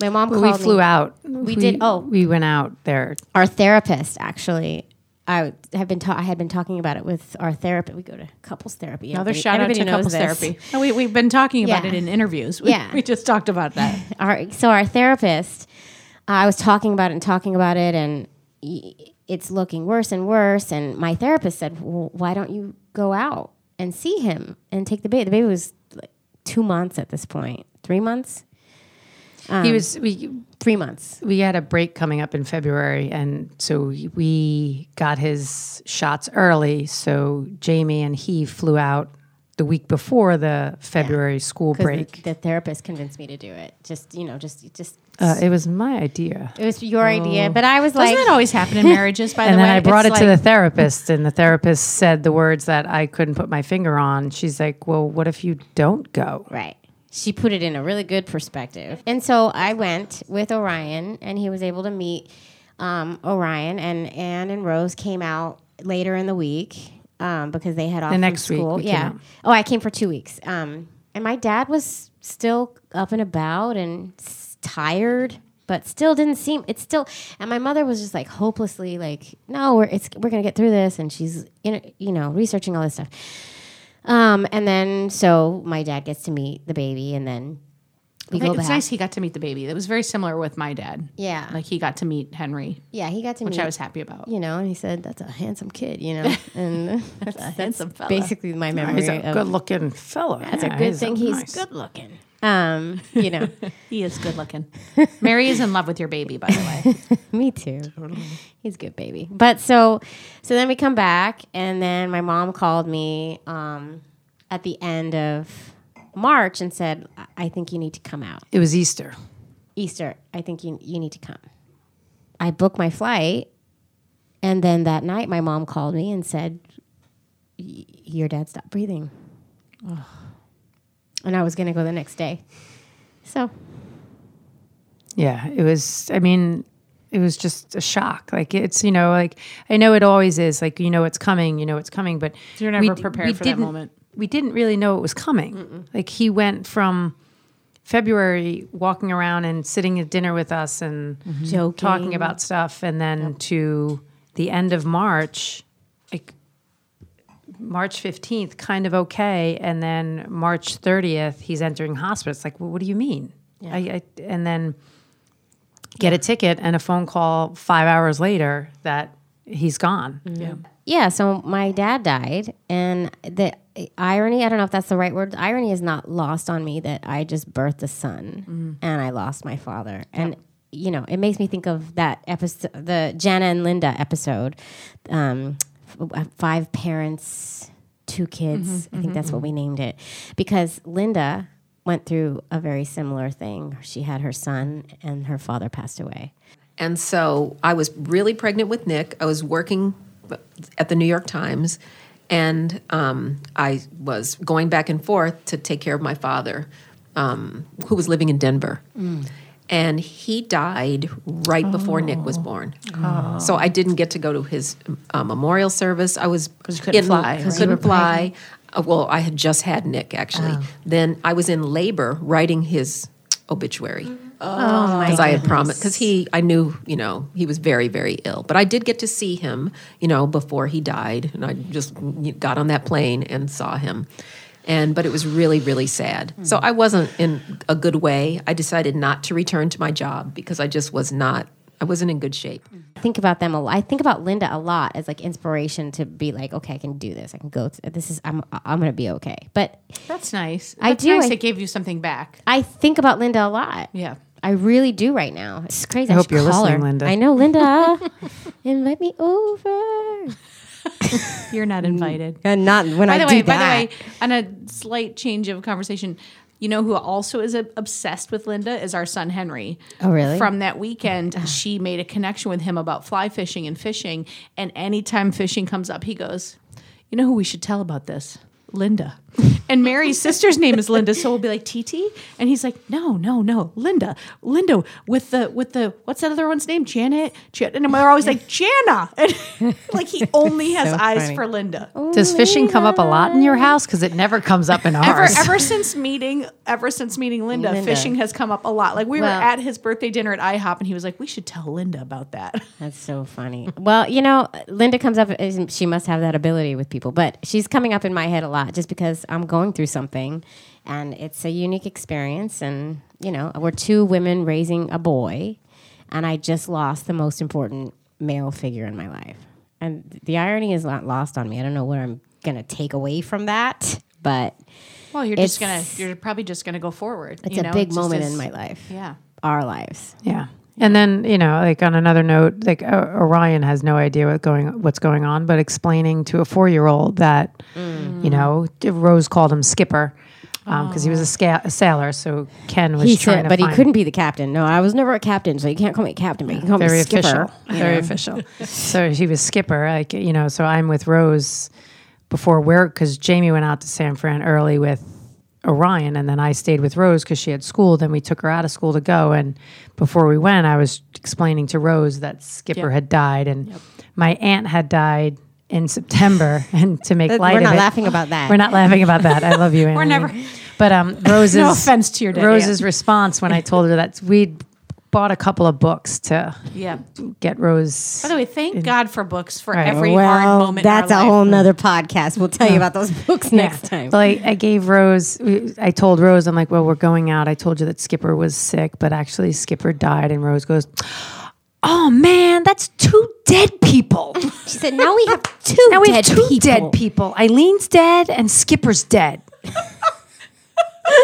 my mom
But
called
we flew
me.
out.
We did- oh.
we went out there.
our therapist actually I have been ta- I had been talking about it with our therapist. We go to couples therapy.
Another
Everybody-
shout out
everybody
to
knows
couples
this.
therapy. No, we, we've been talking about
Yeah.
it in interviews. We,
Yeah.
we just talked about that.
our so our therapist uh, i was talking about it and talking about it and y- it's looking worse and worse and my therapist said well, why don't you go out and see him and take the baby the baby was like two months at this point three months Um,
he was we
three months
we had a break coming up in February, and so we got his shots early. So Jamie and he flew out the week before the February school
'Cause
break.
The, the therapist convinced me to do it just you know just just
Uh, oh. it was my idea.
it was your idea but i was like
Doesn't that always happen in marriages? By the
and
way,
then I brought it
It's
to the
like-
therapist, and the therapist said the words that I couldn't put my finger on. She's like, "Well, what if you don't go?"
Right. She put it in a really good perspective. And so I went with Orion, and he was able to meet um, Orion, and Anne and Rose came out later in the week um, because they had off from
next week
school.
we came
yeah.
out.
Oh, I came for two weeks. Um, and my dad was still up and about and s- tired, but still didn't seem. It's still. And my mother was just like hopelessly like, no, we're it's we're gonna get through this, and she's in, you know researching all this stuff. Um, and then so my dad gets to meet the baby, and then we go
it's
back.
nice he got to meet the baby. It was very similar with my dad.
Yeah.
like he got to meet Henry,
Yeah, he got to
which
meet.
I was happy about.
you know, and he said, "That's a handsome kid," you know, and that's,
handsome fella.
basically my memory.
He's a
of,
good-looking fellow.
oh. That's a good thing. He's good looking. Um, you know,
He is good looking. Mary is in love with your baby, by the way.
me too. He's a good baby. But so, so then we come back, and then my mom called me um, at the end of March and said, "I- "I think you need to come out."
It was Easter.
Easter, I think you, you need to come. I booked my flight. And then that night, my mom called me and said, "Y- Your dad stopped breathing. And I was going to go the next day. So,
Yeah, it was. I mean, it was just a shock. Like it's you know, like I know it always is. Like you know, it's coming. You know, it's coming. But
You're never prepared for that
didn't-
moment.
We didn't really know it was coming. Like he went from February walking around and sitting at dinner with us and
Mm-hmm.
Joking.
talking about stuff, and then to the end of March, like March 15th, kind of okay. And then March 30th, he's entering hospital. It's like, well, what do you mean? I, I, and then get a ticket and a phone call five hours later that he's gone. Yeah.
yeah, so my dad died, and the irony I don't know if that's the right word. The irony is not lost on me that I just birthed a son and I lost my father. And, you know, it makes me think of that episode, the Jana and Linda episode um, f- Five Parents, Two Kids. I think that's what we named it. Because Linda went through a very similar thing. She had her son, and her father passed away.
And so I was really pregnant with Nick. I was working at the New York Times, and um, I was going back and forth to take care of my father, um, who was living in Denver.
Mm.
And he died right before Nick
Oh.
was born. So I didn't get to go to his uh, memorial service. I was couldn't
fly, right?
Couldn't fly. Uh, well, I had just had Nick actually.
Oh.
Then I was in labor writing his obituary
Mm-hmm.
because I had promised because he I knew you know he was very very ill, but I did get to see him you know before he died, and I just got on that plane and saw him, and but it was really really sad. So I wasn't in a good way. I decided not to return to my job because I just was not I wasn't in good shape.
think about them a lot. I think about Linda a lot as like inspiration to be like, okay, I can do this. I can go. Th- this is I'm I'm gonna be okay. But
That's nice.
I
That's
do,
Nice
I-
it gave you something back.
I think about Linda a lot.
Yeah.
I really do right now. It's crazy. I,
hope
should
you're
call
listening,
her.
Linda.
I know Linda. Invite me over.
You're not
Mm.
invited.
And not when
By
I
the
do
way,
that.
by the way, on a slight change of conversation, you know who also is uh, obsessed with Linda is our son Henry.
Oh, really?
From that weekend, she made a connection with him about fly fishing and fishing. And anytime fishing comes up, he goes, "You know who we should tell about this." Linda. And Mary's sister's name is Linda, so we'll be like TT. And he's like, no, no, no, Linda, Linda with the with the what's that other one's name? Janet. Jan-" and we're always like Jana. And like he only has eyes for Linda.
Does fishing come up a lot in your house? Because it never comes up in
Ever,
ours.
ever since meeting, ever since meeting Linda,
Linda.
fishing has come up a lot. Like we
Well-
were at his birthday dinner at IHOP, and he was like, "We should tell Linda about that."
That's so funny. Well, you know, Linda comes up, as- she must have that ability with people, but she's coming up in my head a lot just because I'm going through something and it's a unique experience. And, you know, we're two women raising a boy, and I just lost the most important male figure in my life. And the irony is not lost on me. I don't know what I'm going to take away from that, but
Well, you're
just
just
gonna-
gonna,
It's-
you're probably just gonna go forward.
it's a big moment in my life,
Yeah.
our lives.
Yeah. And then, you know, like on another note, like uh, Orion has no idea what going what's going on, but explaining to a 4-year-old that you know, Rose called him Skipper because he was a, sca- a sailor, so Ken was
Oh. He
trying
said,
to
but he
find-
couldn't be the captain. No, I was never a captain, so you can't call me captain, but you can call
very
me skipper.
official, very official. So she was skipper, like you know. So I'm with Rose before we're because Jamie went out to San Fran early with Orion, and then I stayed with Rose because she had school. Then we took her out of school to go, and before we went, I was explaining to Rose that Skipper had died, and my aunt had died in September, and to make
That-
light
we're
of
not
it-
laughing about that.
We're not laughing about that. I love you, Aunt We're
never-
But um, Rose's
offense to your dad, yeah.
Rose's response when I told her that we'd bought a couple of books to
Yeah.
get Rose.
By the way, thank God for books for
Right.
every hard
well,
moment.
that's
in
a
our life.
whole nother podcast. We'll tell you about those books next time.
Well, I, I gave Rose, I told Rose, I'm like, well, we're going out. I told you that Skipper was sick, but actually Skipper died. And Rose goes, oh man, that's two dead people.
She said, "Now we have two
now we
dead
have two
people.
dead people. Eileen's dead and Skipper's dead.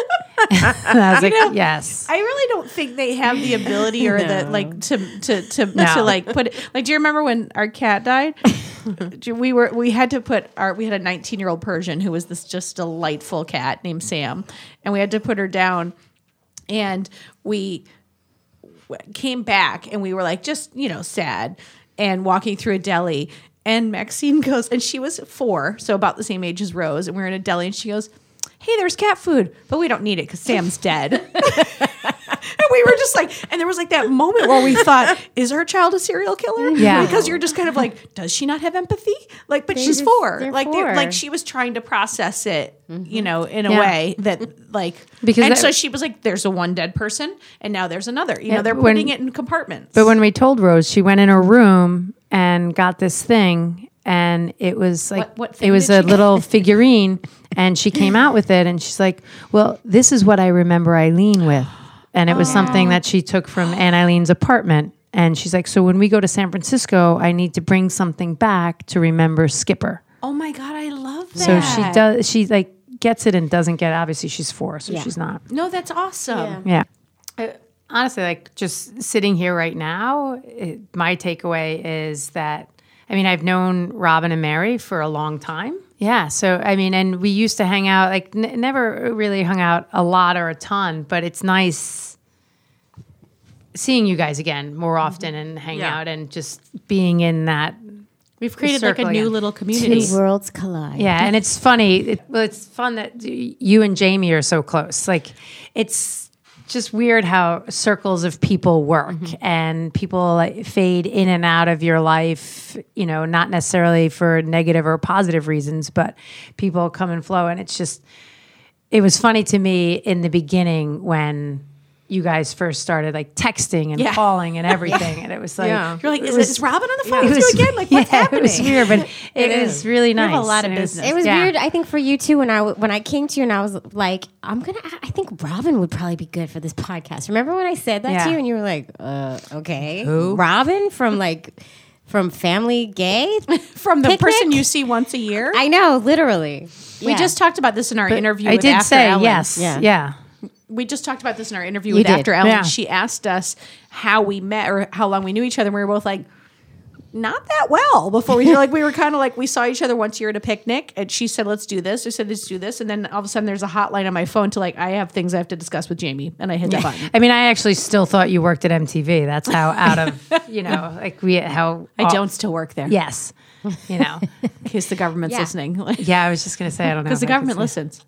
and I was like, yes.
I really don't think they have the ability or the like to to to, to like put it, like. Do you remember when our cat died? Do- we were we had to put our we had a 19 year old Persian who was this just delightful cat named Sam, and we had to put her down, and we w- came back and we were like just you know sad and walking through a deli and maxine goes and she was four so about the same age as rose and we were in a deli and she goes hey there's cat food but we don't need it because sam's dead and we were just like and there was like that moment where we thought is her child a serial killer
Yeah.
because you're just kind of like does she not have empathy like but she's
just-
four
they're
like they-
four. Mm-hmm.
like she was trying to process it you know in a
Yeah.
way that like
Because
and
that-
so she was like there's a one dead person and now there's another you know they're
when-
putting it in compartments
But when we told Rose, she went in her room and got this thing, and it was like
What- what
it
thing
was
did
a
she-
little figurine, and she came out with it, and she's like, "Well, this is what I remember Eileen with," and it was something that she took from Aunt Eileen's apartment. And she's like, So when we go to San Francisco, I need to bring something back to remember Skipper.
Oh my God, I love that.
So she does, she like gets it and doesn't get, obviously, she's four, so
Yeah.
she's not.
No, that's awesome.
Yeah. Uh, honestly, like just sitting here right now, it, my takeaway is that I mean, I've known Robin and Mary for a long time. Yeah. So, I mean, and we used to hang out, like, n- never really hung out a lot or a ton, but it's nice seeing you guys again more often and hang
Mm-hmm. Yeah.
out and just being in that.
We've created like a
circle
new
again.
little community.
Two worlds collide.
Yeah, and it's funny. It, well, it's fun that y- you and Jamie are so close. Like, it's just weird how circles of people work and people like, fade in and out of your life. You know, not necessarily for negative or positive reasons, but people come and flow, and it's just. It was funny to me in the beginning when you guys first started like texting and
Yeah.
calling and everything, and it was like
Yeah.
You're like,
it
is,
was-
is Robin on the phone
it
with
was-
you again? Like, what's
yeah,
happening?
It was weird, but it,
It
was
is.
really
We
nice.
have a lot of
and
business.
It was
yeah.
weird, I think, for you too. When I w- when I came to you and I was like, "I'm gonna," I I think Robin would probably be good for this podcast. Remember when I said that
Yeah.
to you and you were like, "Uh, okay, Robin from like from Family Gay."
From the
Picnic?
person you see once a year.
I know, literally.
we
Yeah.
just talk about this in our interview.
I
with
did
After
say
Ellen.
yes.
Yeah.
Yeah.
we just talked about this in our interview
You
with
did,
After Ellen.
yeah.
She asked us how we met or how long we knew each other, and we were both like, not that well before we like we were kind of like we saw each other once a year at a picnic and she said let's do this I said let's do this and then all of a sudden there's a hotline on my phone to like I have things I have to discuss with Jamie and I hit the button
I mean, I actually still thought you worked at MTV. That's how out of, you know, like we, how.
I don't still work there
Yes. You know.
in case the government's listening
Yeah, I was just going to say, I don't know.
because the
if I could
government
say-
listens.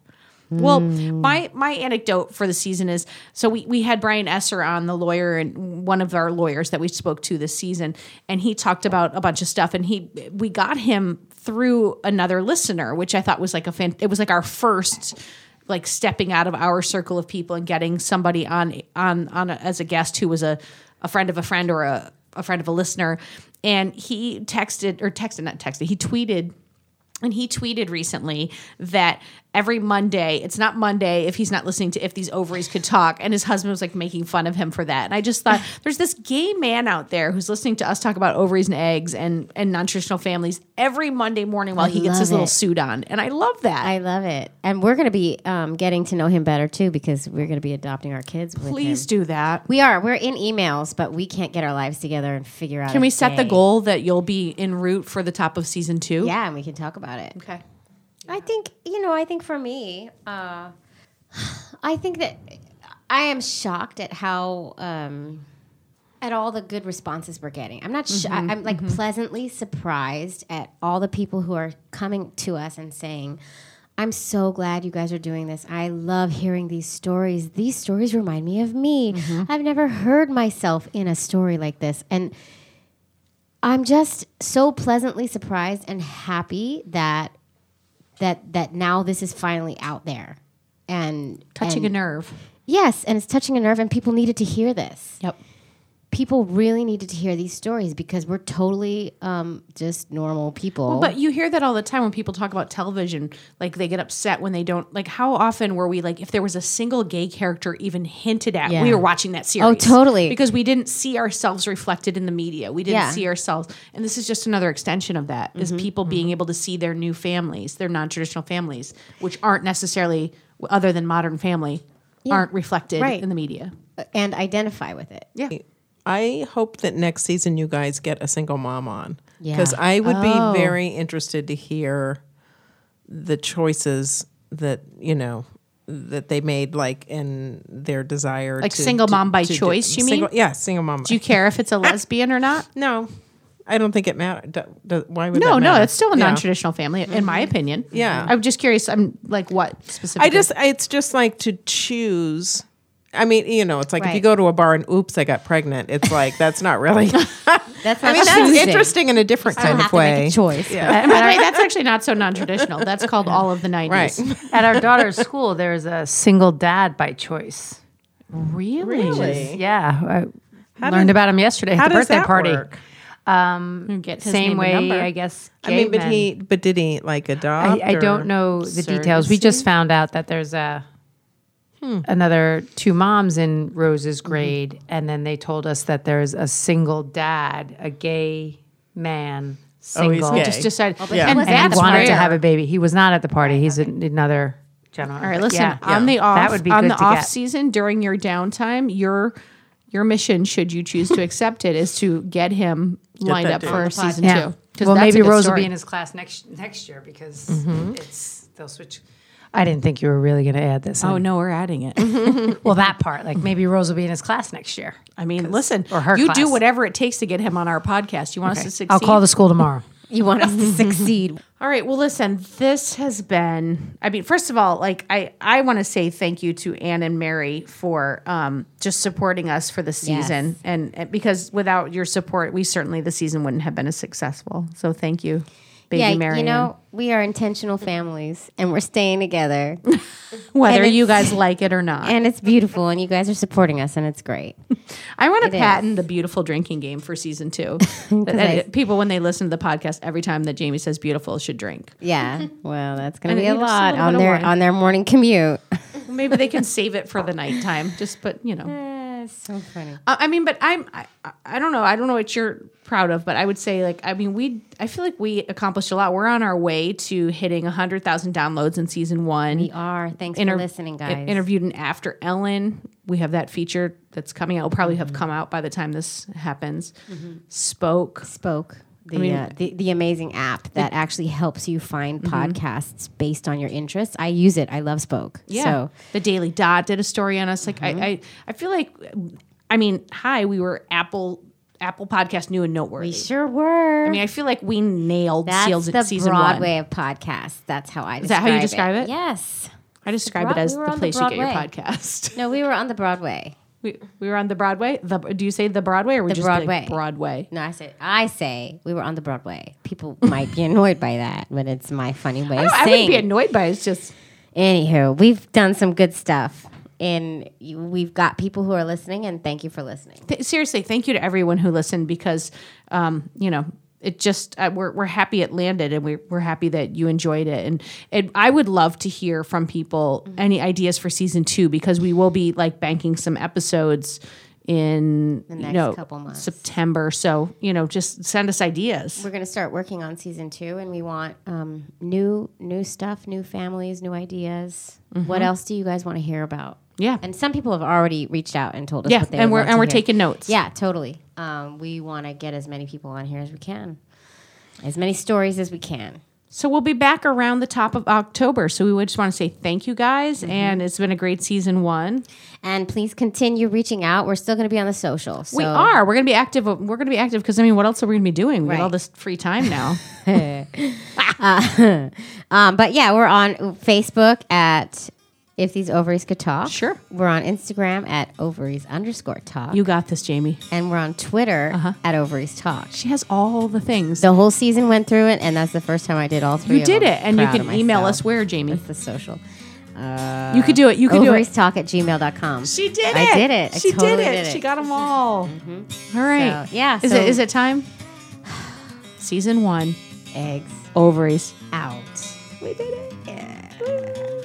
Well, my my anecdote for the season is so we we had Brian Esser on the lawyer and one of our lawyers that we spoke to this season, and he talked about a bunch of stuff, and he we got him through another listener, which I thought was like a fan. It was like our first like stepping out of our circle of people and getting somebody on on on a, as a guest who was a a friend of a friend or a a friend of a listener, and he texted or texted not texted he tweeted and he tweeted recently that every Monday, it's not Monday if he's not listening to If These Ovaries Could Talk. And his husband was like making fun of him for that. And I just thought, there's this gay man out there who's listening to us talk about ovaries and eggs and, and non traditional families every Monday morning while he gets his
love
little
it.
suit on. And I love that.
I love it, and we're gonna be um, getting to know him better too because we're gonna be adopting our kids. With
Please
him.
do that.
We are. We're in emails, but we can't get our lives together and figure out.
Can
a
we set the
day.
goal that you'll be en route for the top of season two?
Yeah, and we can talk about it.
Okay.
I think you know. I think for me, uh, I think that I am shocked at how um, at all the good responses we're getting. I'm not. Sh- I, am like pleasantly surprised at all the people who are coming to us and saying. I'm so glad you guys are doing this. I love hearing these stories. These stories remind me of me. I've never heard myself in a story like this. And I'm just so pleasantly surprised and happy that that that now this is finally out there and
Touching
and,
a nerve.
Yes, and it's touching a nerve, and people needed to hear this.
Yep.
People really needed to hear these stories because we're totally um, just normal people.
Well, but you hear that all the time when people talk about television. Like they get upset when they don't. Like how often were we like if there was a single gay character even hinted at,
Yeah.
we were watching that series.
Oh, totally.
Because we didn't see ourselves reflected in the media. We didn't
Yeah.
see ourselves, and this is just another extension of that. Is people being able to see their new families, their non-traditional families, which aren't necessarily other than Modern Family, aren't reflected
Right.
in the media.
and identify with it.
Yeah.
I hope that next season you guys get a single mom on
Yeah.
because I would
Oh.
be very interested to hear the choices that you know that they made, like in their desire,
Like
to-
single
to-
mom by
to do-
choice, you mean?
Single- Yeah, single mom.
Do you care if it's a lesbian or not?
No, I don't think it matters. Why would
No,
that
no,
matter?
it's still a
Yeah.
non-traditional family, in my opinion.
Yeah.
I'm just curious. I'm like, what specifically?
I just, it's just like to choose. I mean, you know, it's like if you
Right.
go to a bar and oops, I got pregnant. It's like that's not really.
That's
I
not
mean, that's
choosing.
interesting in a different
You
kind
have
of
to
way.
make a choice.
By the way, that's actually not so non-traditional. That's called all of the
Right.
nineties.
At our daughter's school, there was a single dad by choice.
Really?
Really?
Yeah. I learned about him yesterday at
How
the
does
birthday
that
party.
work?
Um,
Get his name
same
and
way,
number.
I guess.
I mean,
gay
but
men.
he, but did he like adopt?
I, I
or-
don't know the details. We just found out that there's a
Hmm.
another two moms in Rose's grade, and then they told us that there's a single dad, a gay man,
Oh, he's
single,
gay.
just decided,
Oh, but Yeah. he
and,
wasn't
and
at
he
the
wanted to
party.
have a baby. He was not at the party. He's an- another general.
All right,
But
listen.
yeah,
On the off,
that would be
on
good
the
to
off
get.
season during your downtime, your your mission, should you choose to accept it, is to get him
Get
lined
that
up
dude.
for
On the pod.
season
Yeah.
two. 'Cause
Well,
that's a
maybe
good
Rose will
story.
be in his class next next year because
Mhm.
it's they'll switch. I didn't think you were really going to add this.
Oh
in.
no, we're adding it.
well, that part, like maybe Rose will be in his class next year.
I mean, listen,
or her
you do
class.
whatever it takes to get him on our podcast. You want us
Okay.
to succeed?
I'll call the school tomorrow.
You want us to succeed.
All right. Well, listen, this has been, I mean, first of all, like I, I want to say thank you to Anne and Mary for um, just supporting us for the season. And, and because without your support, we certainly, the season wouldn't have been as successful. So thank you, baby
yeah,
Mary.
you
Ann.
know, we are intentional families and we're staying together.
whether
And
you
it's-
guys like it or not.
and it's beautiful and you guys are supporting us and it's great.
I want to
It is.
patent the beautiful drinking game for season two. That-
I-
that people, when they listen to the podcast, every time that Jamie says beautiful, should drink.
Yeah. Well, that's going
And
to
it
be a
needs just a
lot
little
on
bit of
their
wine.
on their morning commute.
Maybe they can save it for the nighttime. Just put, you
Eh,
know.
so funny.
I I mean, but I'm I, I- I don't know I don't know what you're proud of, but I would say like I mean we I feel like we accomplished a lot. We're on our way to hitting hundred thousand downloads in season one.
We are. Thanks for listening,
in-
guys.
Interviewed an after Ellen. We have that feature that's coming out. Will probably
Mm-hmm.
have come out by the time this happens. Spoke.
Spoke. The,
I mean-
uh, the the Mm-hmm. amazing app that actually helps you find podcasts based on your interests. I use it. I love Spoke.
Yeah.
So Mm-hmm.
The Daily Dot did a story on us. Like I, I, I feel like, I mean, hi, we were Apple Apple Podcast new and noteworthy.
we sure were.
I mean, I feel like we nailed
That's
seals
the
season
Broadway
one.
of podcasts. That's how I.
Is that how you describe it?
Yes.
I describe it
Broad-
as
we were
the
on the
place you get your
Broadway.
podcast.
No, we were on the Broadway.
We, we were on the Broadway. The, do you say the Broadway or we
The
just be like,
Broadway.
Broadway?
No, I say I say we were on the Broadway. People might be annoyed by that, but it's my funny way of
I wouldn't
saying.
be
it.
annoyed by it. It's just
Anywho, we've done some good stuff, and you- we've got people who are listening, and thank you for listening.
th- seriously, thank you to everyone who listened because, um, you know, it just uh, we're we're happy it landed and we're we're happy that you enjoyed it and it, I would love to hear from people any ideas for season two because we will be like banking some episodes in the
next
you know,
couple months.
September so you know just send us ideas
We're going to start working on season two, and we want um, new new stuff, new families, new ideas. What else do you guys want to hear about?
Mm-hmm. yeah
And some people have already reached out and told us.
yeah
what they
and
would
we're
love
and
to
we're
hear.
taking notes
Yeah, totally. Um, we want to get as many people on here as we can, as many stories as we can.
So we'll be back around the top of October. So we would just want to say thank you guys,
Mm-hmm.
and it's been a great season one.
And please continue reaching out. We're still going to be on the social. So
we are. We're gonna be active. We're gonna be active because I mean, what else are we gonna be doing? We got all
Right.
this free time now.
Um, but yeah, we're on Facebook at if these ovaries could talk.
Sure.
We're on Instagram at ovaries underscore talk.
you got this, Jamie.
and we're on Twitter
Uh-huh.
at ovaries talk.
She has all the things.
The whole season went through it, and that's the first time I did all three.
you
of
did
them.
it, and you
Proud
can
of
email
myself. Uh,
us where, Jamie?
That's the social.
you could do it. You could do
Ovaries
it.
talk at gmail.com.
She did it.
I did it. I
she
totally
did, it.
did it.
She got them all. All right.
So, yeah,
Is
so-
it? Is it time? season one.
Eggs
Ovaries.
out. We did it. Yeah.